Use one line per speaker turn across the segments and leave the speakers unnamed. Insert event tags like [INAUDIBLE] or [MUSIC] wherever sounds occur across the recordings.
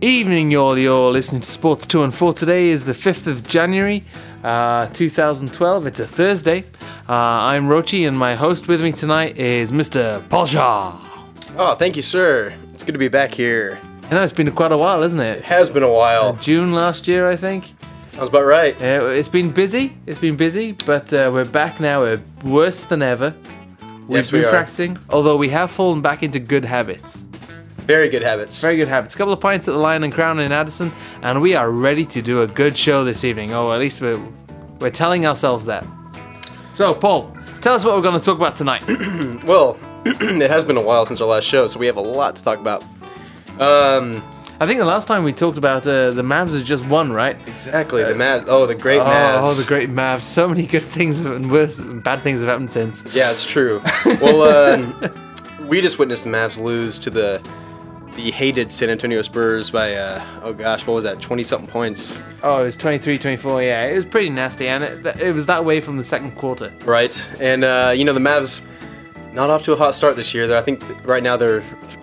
Evening, y'all. You're listening to Sports 2 and 4. Today is the 5th of January, uh, 2012. It's a Thursday. Uh, I'm Rochi, and my host with me tonight is Mr. Paul Shaw.
Oh, thank you, sir. It's good to be back here.
And that's been quite a while, isn't it?
Has been a while.
June last year, I think.
Sounds about right.
Uh, it's been busy. It's been busy, but uh, we're back now. We're worse than ever. We've
Yes,
been
we are.
practicing, although we have fallen back into good habits.
Very good habits.
Very good habits. A couple of pints at the Lion and Crown in Addison, and we are ready to do a good show this evening. Or at least we're, we're telling ourselves that. So, Paul, tell us what we're going to talk about tonight.
Well, [CLEARS THROAT] it has been a while since our last show, so we have a lot to talk about. Um,
[CLEARS THROAT] I think the last time we talked about uh, the Mavs is just one, right?
exactly. The Mavs. Oh, the great Mavs.
Oh, the great Mavs. So many good things and worse, bad things have happened since.
Yeah, it's true. well, um, we just witnessed the Mavs lose to the the hated San Antonio Spurs by uh, oh gosh, what was that? Twenty something points,
Oh, it was 23 24. Yeah, it was pretty nasty, and it, th- it was that way from the second quarter.
right? And uh, you know the Mavs not off to a hot start this year. Though I think th- right now they're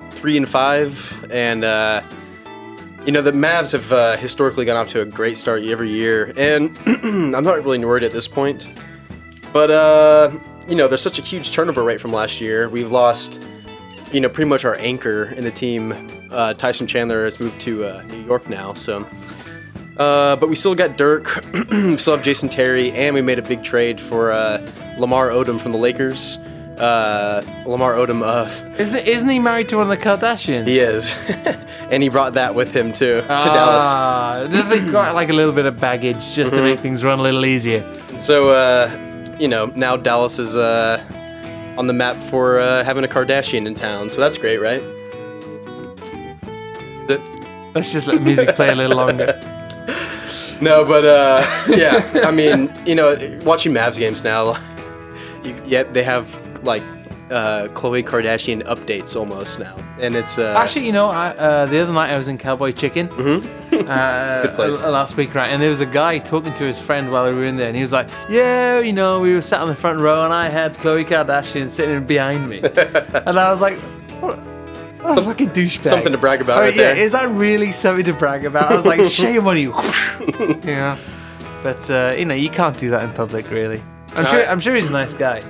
three and five, and uh, you know the Mavs have uh, historically gone off to a great start every year, and [CLEARS THROAT] I'm not really worried at this point. But uh, you know, there's such a huge turnover rate from last year. We've lost, you know, pretty much our anchor in the team. Uh, Tyson Chandler has moved to uh, New York now, so. Uh, but we still got Dirk, [CLEARS THROAT] we still have Jason Terry, and we made a big trade for uh, Lamar Odom from the Lakers. Uh, Lamar Odom, uh, [LAUGHS]
Isn't, isn't he married to one of the Kardashians?
he is, [LAUGHS] and he brought that with him too to Dallas.
Ah, Just they got like a little bit of baggage just to make things run a little easier.
So, uh, you know, now Dallas is uh, on the map for uh, having a Kardashian in town. So that's great, right? Is it-
Let's just let music play a little longer.
No, but uh, [LAUGHS] yeah, I mean, you know, watching Mavs games now, [LAUGHS] you, yep, they have like uh, Khloe Kardashian updates almost now, and it's uh,
[LAUGHS] Actually, you know, I, uh, the other night I was in Cowboy Chicken. Mm-hmm. uh,
good place.
uh, Last week, right? And there was a guy talking to his friend while we were in there, and he was like, "Yeah, you know, we were sat on the front row, and I had Chloe Kardashian sitting behind me," and I was like. What what a fucking douchebag.
something to brag about
I mean,
right
oh, yeah,
there.
is that really something to brag about? I was like, shame on you. yeah. But, uh, you know, you can't do that in public, really. I'm, sure,
right.
I'm sure he's a nice guy.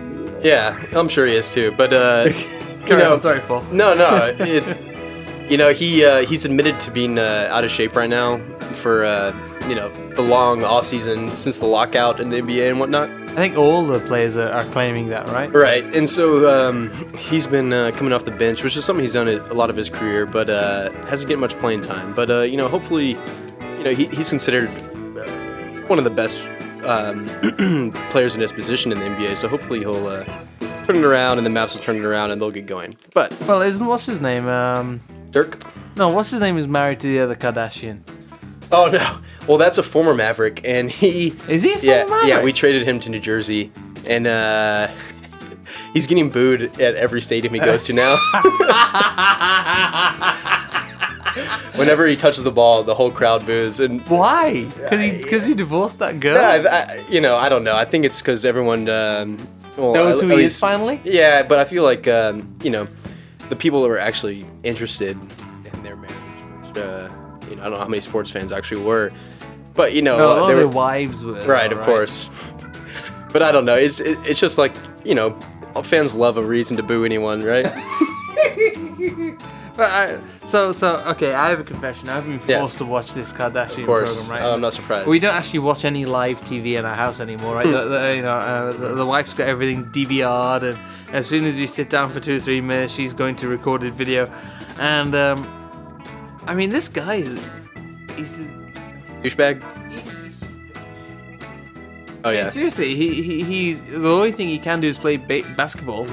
yeah, I'm sure he is too.
[LAUGHS]
But uh, you
Carry
know,
on, sorry, Paul.
No, no, it's you know he uh, he's admitted to being uh, out of shape right now for uh, you know the long off season since the lockout in the NBA and whatnot.
I think all the players are, are claiming that, right?
Right, and so um, he's been uh, coming off the bench, which is something he's done a lot of his career, but uh, hasn't get much playing time. But uh, you know, hopefully, you know he, he's considered uh, one of the best um, [CLEARS THROAT] players in his position in the NBA. So hopefully he'll uh, turn it around, and the Mavs will turn it around, and they'll get going. But
Well, isn't what's his name? Um,
Dirk.
no, what's his name is married to the other Kardashian.
Oh no! Well, that's a former Maverick, and he
Is he a former
yeah yeah.
Maverick?
We traded him to New Jersey, and uh, [LAUGHS] he's getting booed at every stadium he goes to now. [LAUGHS] Whenever he touches the ball, the whole crowd boos, and
Why? Because he because he divorced that girl.
yeah, I, I- you know, I don't know. I think it's because everyone um, well,
Knows
at-
who
at
he is
least-
finally?
Yeah, but I feel like um, you know, the people that were actually interested in their marriage, which uh, you know, I don't know how many sports fans actually were, but you know,
No, oh,
uh,
all
they
their
were,
wives were.
right, of
alright.
course. but I don't know. It's it, it's just like you know, fans love a reason to boo anyone,
[LAUGHS]
right?
[LAUGHS] But I, so so okay, I have a confession. I've been
Yeah.
forced to watch this Kardashian
of course.
program, right?
Oh, I'm not surprised.
we don't actually watch any live TV in our house anymore, right? the, the- you know, uh, the, the wife's got everything DVR'd, and as soon as we sit down for two or three minutes, she's going to recorded video. And um, I mean, this guy is. He's just,
douchebag.
he- he's just-
Oh yeah.
Seriously, he, he he's the only thing he can do is play ba- basketball,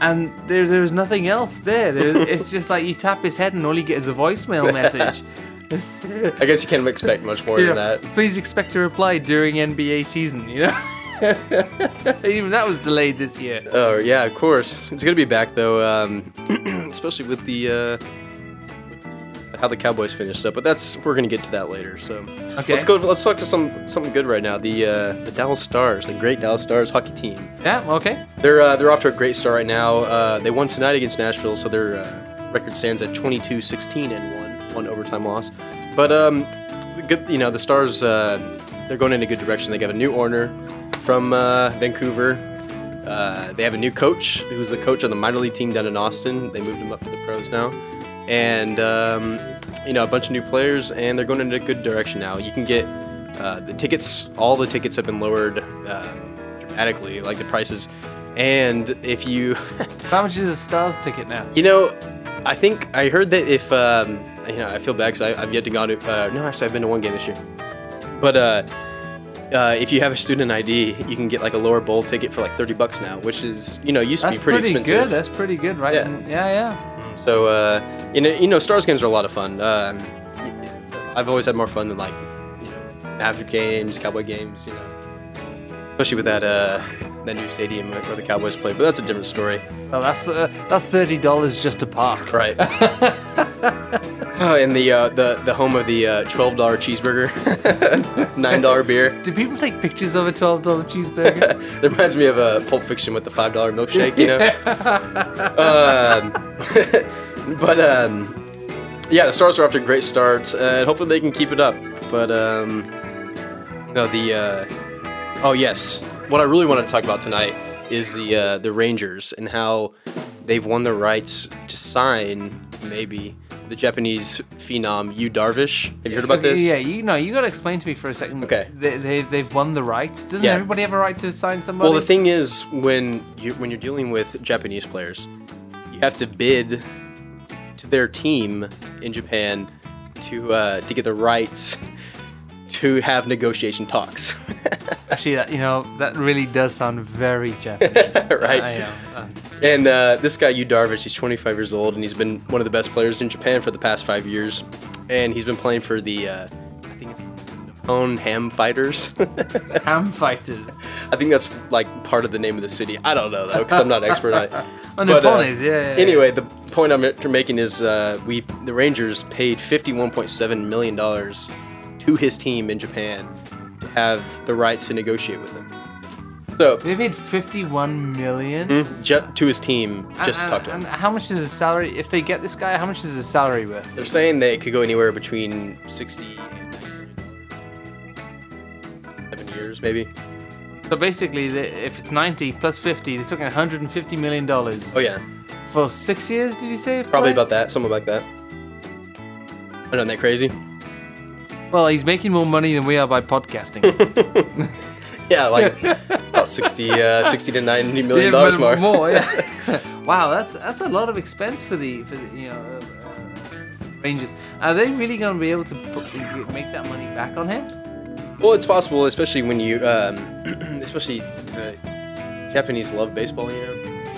and there there's nothing else there. there it's just like you tap his head, and all you get is a voicemail message.
I guess you can't expect much more
You
than
know,
that.
please expect a reply during NBA season. You know, [LAUGHS] even that was delayed this year.
Oh yeah, of course. It's gonna be back though, um, [CLEARS THROAT] especially with the uh, how the Cowboys finished up. But that's we're gonna get to that later. So
Okay.
let's go. Let's talk to some something good right now. The uh, the Dallas Stars, the great Dallas Stars hockey team.
Yeah. Okay.
They're uh, they're off to a great start right now. Uh, they won tonight against Nashville, so their uh, record stands at 22-16 and one. one overtime loss. But um, good, you know, the Stars uh, they're going in a good direction. They got a new owner from uh, Vancouver. Uh, they have a new coach who's the coach of the minor league team down in Austin. They moved him up to the pros now, and um, you know a bunch of new players, and they're going in a good direction now. You can get uh, the tickets, all the tickets have been lowered um, dramatically, like the prices. And if you [LAUGHS]
How much is a Stars ticket now?
You know, I think I heard that if um, you know, I feel bad because I've yet to go to. Uh, no, actually, I've been to one game this year. But uh, uh, if you have a student ID, you can get like a lower bowl ticket for like thirty bucks now, which is you know used
That's
to be pretty,
good.
expensive.
That's pretty good, right?
Yeah.
And- yeah, yeah.
So uh, you know, you know, Stars games are a lot of fun. Um, y- y- I've always had more fun than like you know, Maverick games, Cowboy games. You know, especially with that uh, that new stadium where the Cowboys play. But that's a different story.
Well, that's uh, that's thirty dollars just to park.
Right. [LAUGHS] oh, and the uh, the the home of the uh, twelve dollar cheeseburger, [LAUGHS] nine dollar beer.
Do people take pictures of a twelve dollar
[LAUGHS]
cheeseburger?
It reminds me of a uh, Pulp Fiction with the five dollar
[LAUGHS]
milkshake, you know. um, [LAUGHS] but um, yeah, the Stars are off to a great start, uh, and hopefully they can keep it up. But um, no, the uh, oh yes, what I really wanted to talk about tonight is the uh, the Rangers and how they've won the rights to sign maybe the Japanese phenom Yu Darvish. Have you heard about this?
Yeah, you know, you got to explain to me for a second.
Okay.
They, they, they've won the rights. Doesn't
Yeah.
everybody have a right to sign somebody?
Well, the thing is, when you when you're dealing with Japanese players, you have to bid to their team in Japan to uh, to get the rights to have negotiation talks, [LAUGHS]
Actually, that, you know, that really does sound very Japanese.
[LAUGHS] right?
I know. Uh,
And uh, this guy, Yu Darvish, he's 25 years old, and he's been one of the best players in Japan for the past five years. And he's been playing for the, uh, I think it's Nippon Ham Fighters. [LAUGHS]
ham fighters.
I think that's like part of the name of the city. I don't know though, because I'm not an expert on it.
[LAUGHS] Oh,
But, uh,
Nippon is, yeah, yeah, yeah.
Anyway, the point I'm after making is uh, we the Rangers paid 51.7 million dollars to his team in Japan to have the right to negotiate with him. So
They paid 51 million?
ju- to his team, Hmm, just to
and,
talk to him.
and how much is his salary? If they get this guy, how much is his salary worth?
They're saying that it could go anywhere between 60 and 90 million dollars. seven years, maybe.
So basically, the, if it's 90 plus 50, they're talking 150 million dollars
Oh yeah,
for six years. Did you say? of
probably
play?
about that, something like that. I know, that crazy.
Well, he's making more money than we are by
[LAUGHS]
podcasting.
Yeah,
[LAUGHS]
like about 60, uh, 60 to 90
Yeah,
million dollars
but
more.
More, yeah. [LAUGHS] wow, that's that's a lot of expense for the for the, you know uh, uh, Rangers. Are they really going to be able to put, make that money back on him?
[LAUGHS] Well, it's possible, especially when you, um, [CLEARS THROAT] especially the Japanese love baseball, you know?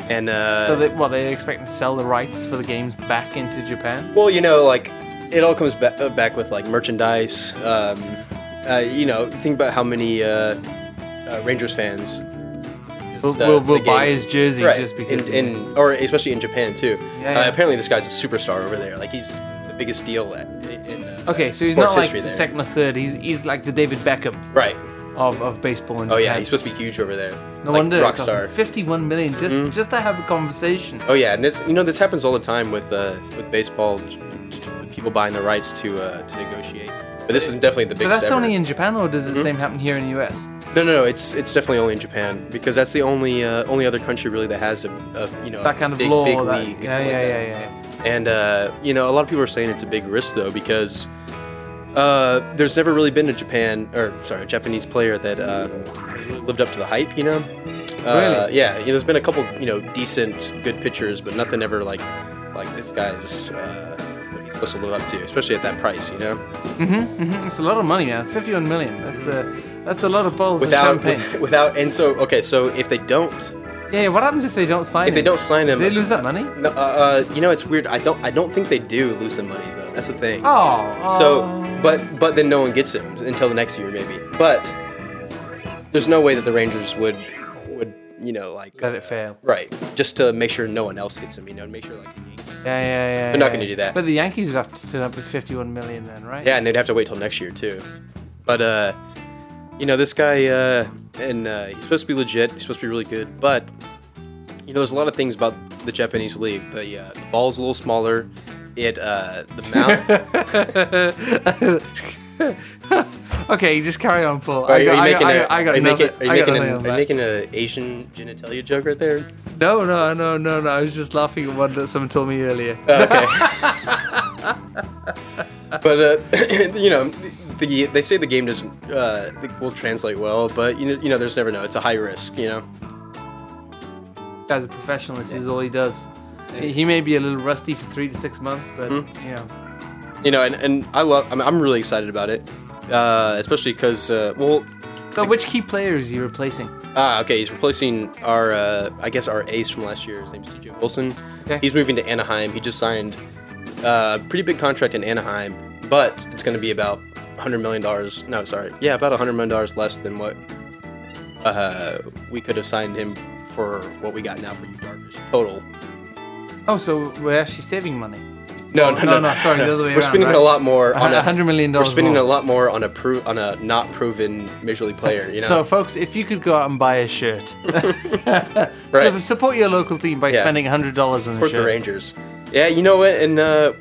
And, uh,
So, they, what they expect to sell the rights for the games back into Japan?
well, you know, like it all comes ba- uh, back with like merchandise. Um, uh, you know, think about how many uh, uh, Rangers fans. just,
We'll,
uh,
we'll, we'll
the game-
buy his jersey
Right,
just because.
in, in or especially in Japan too.
Yeah, yeah.
Uh, apparently, this guy's a superstar over there. Like he's the biggest deal at, in. Uh,
okay, so he's
sports
not like
history
the
there.
second or third. He's he's like the David Beckham
Right.
of, of baseball in
Oh
Japan.
yeah, he's supposed to be huge over there.
no
like,
wonder it
rock
cost
star. Mm-hmm.
him 51 million just just to have a conversation.
Oh yeah, and this you know this happens all the time with uh, with baseball, j- j- with people buying the rights to uh, to negotiate. But this is definitely the
But
biggest.
that's
ever.
only in Japan, or does the
Mm-hmm.
same happen here in the US?
no, no, no. It's it's definitely only in Japan because that's the only uh, only other country really that has a, a you know
That kind of
big,
law.
big
that-
league.
yeah,
like
yeah,
that.
yeah, yeah, yeah.
And uh, you know, a lot of people are saying it's a big risk though because uh, there's never really been a Japan or sorry, a Japanese player that um, has really lived up to the hype. You know, uh,
Really?
Yeah, you know, there's been a couple, you know, decent, good pitchers, but nothing ever like like this guy's uh, what he's supposed to live up to, especially at that price. You know,
It's a lot of money, man. 51 million. That's a that's a lot of bottles
without
of
[LAUGHS]
champagne.
with- without and so okay, so if they don't
yeah, yeah, what happens if they don't sign
if they
him?
don't sign him,
Do they lose that money?
No, uh, uh, you know, it's weird. I don't I don't think they do lose the money though. That's the thing.
Oh.
So,
oh.
but but then no one gets him until the next year maybe. But there's no way that the Rangers would would you know like
Let it fail.
right just to make sure no one else gets him. You know, and make sure like the Yankees-
Yeah, yeah, yeah.
They're not gonna do that.
But the Yankees would have to turn up with 51 million then, right?
yeah, and they'd have to wait till next year too. But uh, you know, this guy uh, and uh, he's supposed to be legit. He's supposed to be really good, but you know, there's a lot of things about the Japanese league. The, uh, the ball's a little smaller. it uh, the
[LAUGHS]
mound.
[LAUGHS] okay, just carry on, Paul.
Are
I
you
got, I got,
making
I
a-
got, I got
are you making-
nothing-
are you
I got
making
nothing on
an are you
that.
making an Asian genitalia joke right [LAUGHS] there?
No, no, no, no, no. I was just laughing at one that someone told me
[LAUGHS]
earlier.
okay. but uh, [CLEARS THROAT] you know, the they say the game doesn't uh, will translate well, but you know, you know, there's never know. It's a high risk, you know.
guy's a professional. This is all he does. He he may be a little rusty for three to six months, but
Hmm?
you know,
You know, and, and I love. I'm, I'm really excited about it, uh, especially because uh, well,
but which key player is he replacing?
ah, okay, he's replacing our uh, I guess our ace from last year. His name's C.J. Wilson.
Okay.
He's moving to Anaheim. He just signed a pretty big contract in Anaheim, but it's going to be about 100 million dollars. No, sorry, yeah, about 100 million dollars less than what uh, we could have signed him for. What we got now for you, Darvish total.
Oh, so we're actually saving money.
No,
Oh, no, no, sorry, the other way
We're
around,
spending
right?
a lot more
A
on
hun-
a
a hundred million
We're
dollars
spending
more.
a lot more on a pro- on a not proven major league player. You know.
[LAUGHS] So, folks, if you could go out and buy a
[LAUGHS]
shirt, [LAUGHS]
Right.
so support your local team by
Yeah.
spending hundred dollars on a
Support the
shirt.
Rangers. Yeah, you know what? And uh,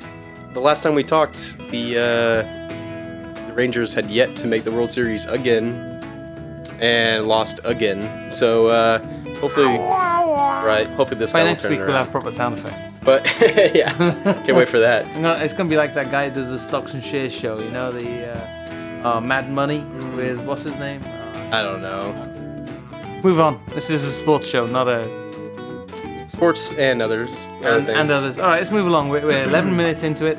the last time we talked, the uh, the Rangers had yet to make the World Series again, and lost again. So uh, hopefully, right? Hopefully this
By
guy
next
will turn
week,
it
we'll have
around.
proper sound effects.
But [LAUGHS] yeah,
[LAUGHS]
can't wait for that.
I'm gonna, it's gonna be like that guy who does the stocks and shares show. You know the uh, uh, Mad Money
Mm.
with what's his name? Uh,
I don't know.
move on. This is a sports show, not a
Sports and others. other
and,
things.
and others. All right, let's move along. We're,
[CLEARS THROAT]
we're 11 minutes into it.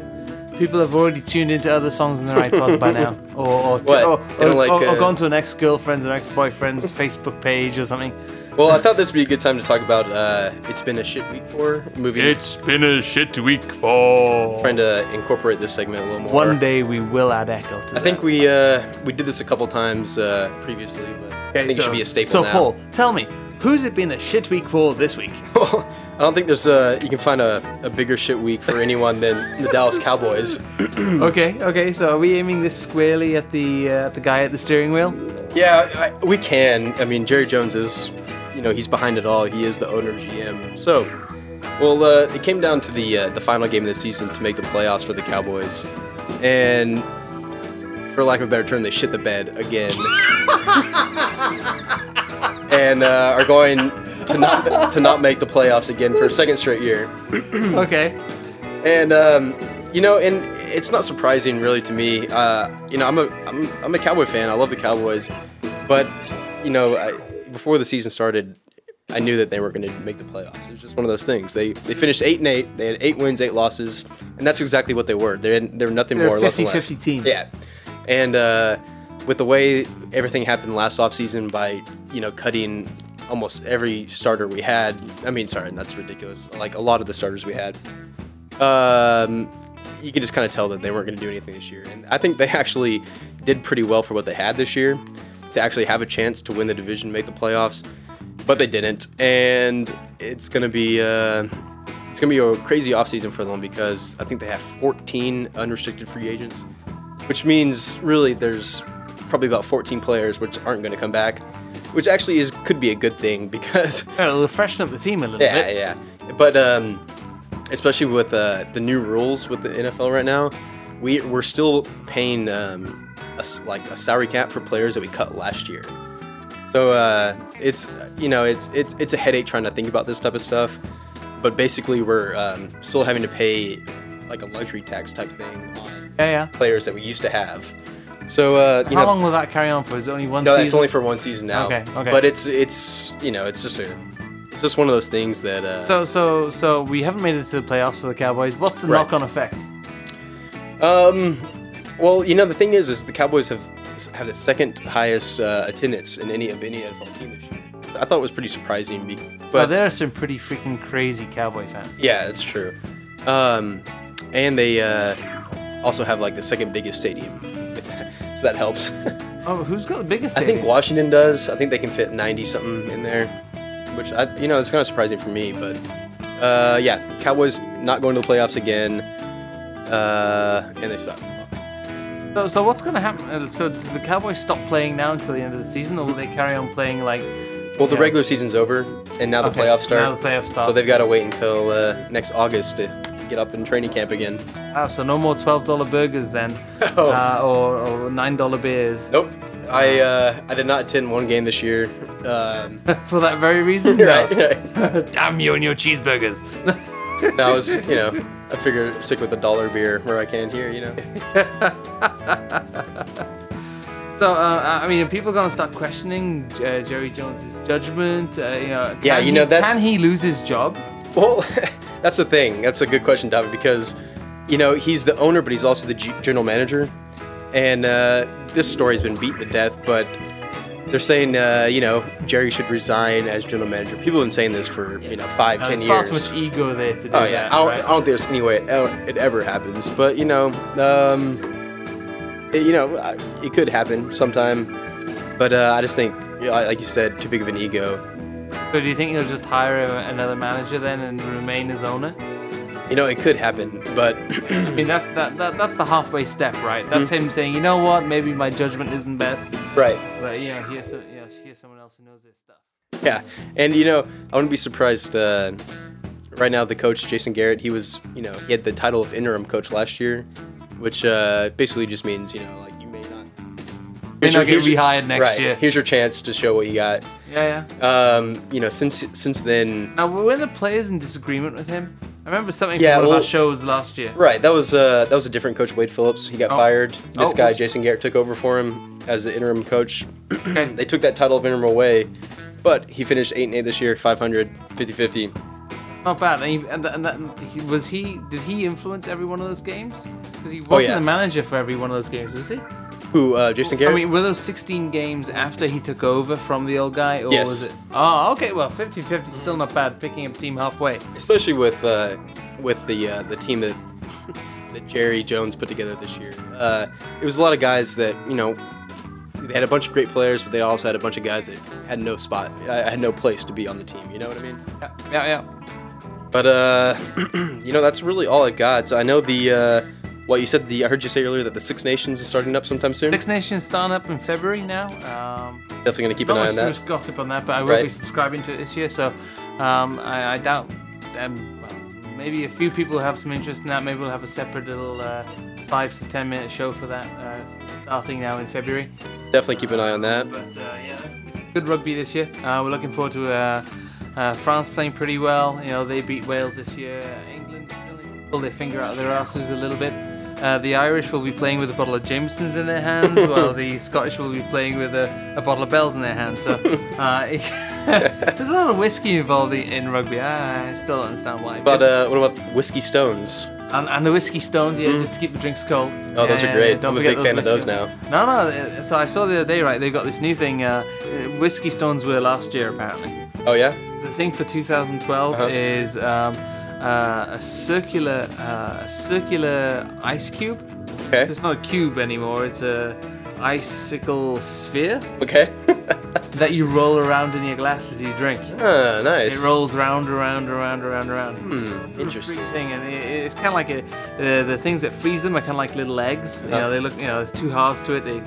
People have already tuned into other songs in their iPods by
[LAUGHS]
now, or or,
What?
or,
They
or,
don't like,
or- or
uh,
gone to an ex-girlfriend's or
[LAUGHS]
ex-boyfriend's Facebook page or something.
Well, I thought this would be a good time to talk about. Uh, it's been a shit week for moving.
been a shit week for.
trying to incorporate this segment a little more.
One day we will add Echo. To
I think we uh, we did this a couple times uh, previously, but I think it should be a staple
So
now.
Paul, tell me, who's it been a shit week for this week?
[LAUGHS] I don't think there's uh you can find a, a bigger shit week for anyone than the Dallas Cowboys.
Hmm. okay, okay. So are we aiming this squarely at the uh, at the guy at the steering wheel?
Yeah, I, we can. I mean, Jerry Jones is, you know, he's behind it all. He is the owner of GM. So, well, uh, it came down to the uh, the final game of the season to make the playoffs for the Cowboys, and for lack of a better term, they shit the bed again, and uh, are going to not to not make the playoffs again for a second straight year.
Hmm. Okay.
And um, you know, and it's not surprising really to me. Uh, you know, I'm a I'm, I'm a Cowboy fan. I love the Cowboys, but you know, I, before the season started, I knew that they were going to make the playoffs. It was just one of those things. They they finished eight and eight. They had eight wins, eight losses, and that's exactly what they were. They they were nothing
They're
more.
a
nothing less.
50-50 team.
Yeah, and uh, with the way everything happened last offseason by you know cutting almost every starter we had. I mean, sorry, that's ridiculous. Like a lot of the starters we had um, you can just kind of tell that they weren't going to do anything this year. And I think they actually did pretty well for what they had this year to actually have a chance to win the division, make the playoffs, but they didn't. And it's going to be uh, it's going to be a crazy offseason for them because I think they have 14 unrestricted free agents, which means really there's probably about 14 players which aren't going to come back, which actually is could be a good thing [LAUGHS] because
Well, it'll freshen up the team a little bit.
yeah, yeah. But um, especially with uh, the new rules with the NFL right now, we we're still paying um, a s like a salary cap for players that we cut last year. So uh, it's you know it's it's it's a headache trying to think about this type of stuff. But basically, we're um, still having to pay like a luxury tax type thing on
Yeah, yeah.
players that we used to have. So uh, you
How
know,
long will that carry on for? Is it only one
no,
season?
it's only for one season now.
Okay, okay.
But it's it's you know it's just a it's just one of those things that uh,
So, so, so we haven't made it to the playoffs for the Cowboys. What's the
Right.
knock-on effect?
Um, well, you know the thing is, is the Cowboys have have the second highest uh, attendance in any of any NFL team this year. I thought it was pretty surprising, be-
Well,
but
there are some pretty freaking crazy Cowboy fans.
yeah, that's true. Um, and they uh, also have like the second biggest stadium, [LAUGHS] so that helps. [LAUGHS]
Oh, who's got the biggest?
I think
stadium?
Washington does. I think they can fit ninety something in there, which I you know it's kind of surprising for me, but uh, yeah, Cowboys not going to the playoffs again, uh, and they suck.
So, so what's going to happen? Uh, So, do the Cowboys stop playing now until the end of the season, or will they carry on playing like?
Well, the
Yeah.
regular season's over, and now the
Okay,
playoffs start.
now the playoffs start.
So they've got to wait until uh, next August to get up in training camp again.
Ah, so no more $12 burgers
[LAUGHS]
then,
Oh.
uh, or, or $9 beers.
Nope. I uh, I did not attend one game this year. [LAUGHS] Um,
[LAUGHS] For that very
[LAUGHS]
reason?
right,
No.
right.
[LAUGHS] Damn you and your cheeseburgers. [LAUGHS]
No, I was, you know, I figure stick with the dollar beer where I can here, you know.
so, uh, I mean, are people going to start questioning uh, Jerry Jones's judgment? Uh, you know,
Yeah,
can
you know,
he-
that's-
Can he lose his job? Uh,
Well, [LAUGHS] that's the thing. That's a good question, David, because, you know, he's the owner, but he's also the g- general manager. And uh, this story's been beat to death, but they're saying, uh, you know, Jerry should resign as general manager. People have been saying this for, you know, five,
Uh,
ten
There's far
years.
too much ego there to do
Oh yeah,
that.
I don't,
right?
I don't think there's any way it, ever- it ever happens, but you know, um, it, you know, I- it could happen sometime. But uh, I just think, you know, like you said, too big of an ego.
So do you think he'll just hire a- another manager then and remain as
[CLEARS THROAT]
owner?
You know, it could happen, but [CLEARS THROAT]
I mean, that's that, that that's the halfway step, right? That's
Mm-hmm.
him saying, you know what, maybe my judgment isn't best,
right,
but you know, here's so, you know, here's someone else who knows this stuff.
[LAUGHS] yeah, and you know, I wouldn't be surprised. Uh, right now, the coach Jason Garrett, he was, you know, he had the title of interim coach last year, which uh, basically just means, you know, like you may not.
May
Here's
not get
here's
rehired next
right,
year.
Here's your chance to show what you got.
Yeah, yeah.
Um, you know, since since then,
Now, were the players in disagreement with him? I remember something from
Yeah,
one of
well-
our shows last year.
Right, that was uh, that was a different coach, Wade Phillips. He got
Oh.
fired. This
Oh,
guy,
oops.
Jason Garrett, took over for him as the interim coach. [CLEARS THROAT]
Okay.
They took that title of interim away, but he finished eight and eight this year, 500, 50-50.
Not bad. And, he, and, that, and that, he, was he? Did he influence every one of those games? Because he wasn't
Oh, yeah.
the manager for every one of those games, was he?
Who, uh, Jason Garrett?
I mean, were those 16 games after he took over from the old guy, or
Yes.
was it? Oh, okay. Well, 50-50 still not bad. Picking up team halfway.
Especially with uh, with the uh, the team that [LAUGHS] that Jerry Jones put together this year. Uh, it was a lot of guys that you know they had a bunch of great players, but they also had a bunch of guys that had no spot, uh, had no place to be on the team. You know what I mean?
Yeah, yeah, yeah.
But uh, [CLEARS THROAT] you know, that's really all I got. I know the uh, what you said. The I heard you say earlier that the Six Nations is starting up sometime soon.
Six Nations starting up in February now. Um,
Definitely gonna keep an
not
eye
much
on
too
that.
much gossip on that, but I will
Right.
be subscribing to it this year, so um, I, I doubt. Um, well, maybe a few people have some interest in that. Maybe we'll have a separate little uh, five to ten minute show for that, uh, s- starting now in February.
Definitely keep an eye on that.
But uh, yeah, that's gonna be some good rugby this year. Uh, we're looking forward to uh, uh, France playing pretty well. You know, they beat Wales this year. England still need to pull their finger out of their asses a little bit. Uh, the Irish will be playing with a bottle of Jameson's in their hands,
[LAUGHS]
while the Scottish will be playing with a, a bottle of Bell's in their hands. So uh, [LAUGHS] there's a lot of whiskey involved in, in rugby. I still don't understand why.
But uh, what about whiskey stones?
And, and the whiskey stones, yeah, just to keep the drinks cold.
Mm. Oh, those
Yeah,
are great.
yeah, don't
I'm a
forget
big fan of
whiskey
those
stones. No, no. uh, So I saw the other day, right? They've got this new thing. Uh, uh, whiskey stones were last year, apparently.
Oh yeah,
The thing for 2012
Uh-huh.
is um, uh, a circular, uh, a circular ice cube.
Okay.
So it's not a cube anymore. It's a icicle sphere
okay. [LAUGHS]
that you roll around in your glass as you drink.
ah, nice.
It rolls round, around, around, around, around.
Hmm, interesting.
Free thing, and it, it's kind of like a, the the things that freeze them are kind of like little eggs. You
Oh.
know, they look. You know, there's two halves to it. They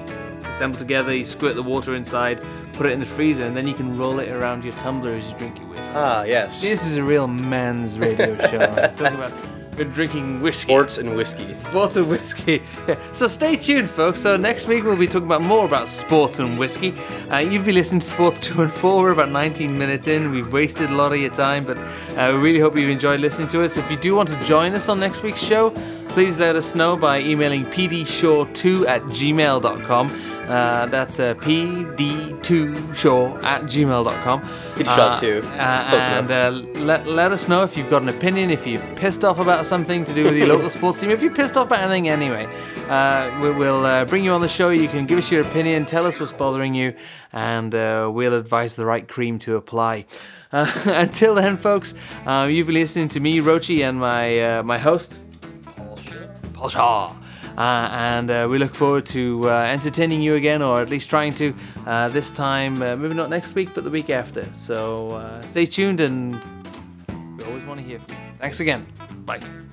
assemble together. You squirt the water inside, put it in the freezer, and then you can roll it around your tumbler as you drink your whiskey.
Ah, yes.
This is a real man's
[LAUGHS]
radio show. I'm talking about we're drinking whiskey.
Sports and whiskey.
Sports and whiskey. [LAUGHS] Yeah. So stay tuned, folks. So next week we'll be talking about more about sports and whiskey. Uh, you've been listening to Sports [LAUGHS] Two and Four. We're about 19 minutes in. We've wasted a lot of your time, but uh, we really hope you've enjoyed listening to us. If you do want to join us on next week's show, please let us know by emailing pdshaw2 at gmail.com. Uh, that's uh, pd2shaw at gmail.com.
Pdshaw2.
Uh,
It's close enough.
and uh, let, let us know if you've got an opinion, if you're pissed off about something to do with your local sports team, if you're pissed off about anything anyway. Uh, we, we'll uh, bring you on the show. You can give us your opinion, tell us what's bothering you, and uh, we'll advise the right cream to apply. Uh, [LAUGHS] until then, folks, uh, you've been listening to me, Rochi, and my uh, my host, Paul Shaw. Uh, and uh, we look forward to uh, entertaining you again, or at least trying to, uh, this time, uh, maybe not next week, but the week after. So uh, stay tuned, and we always want to hear from you. Thanks again. Bye.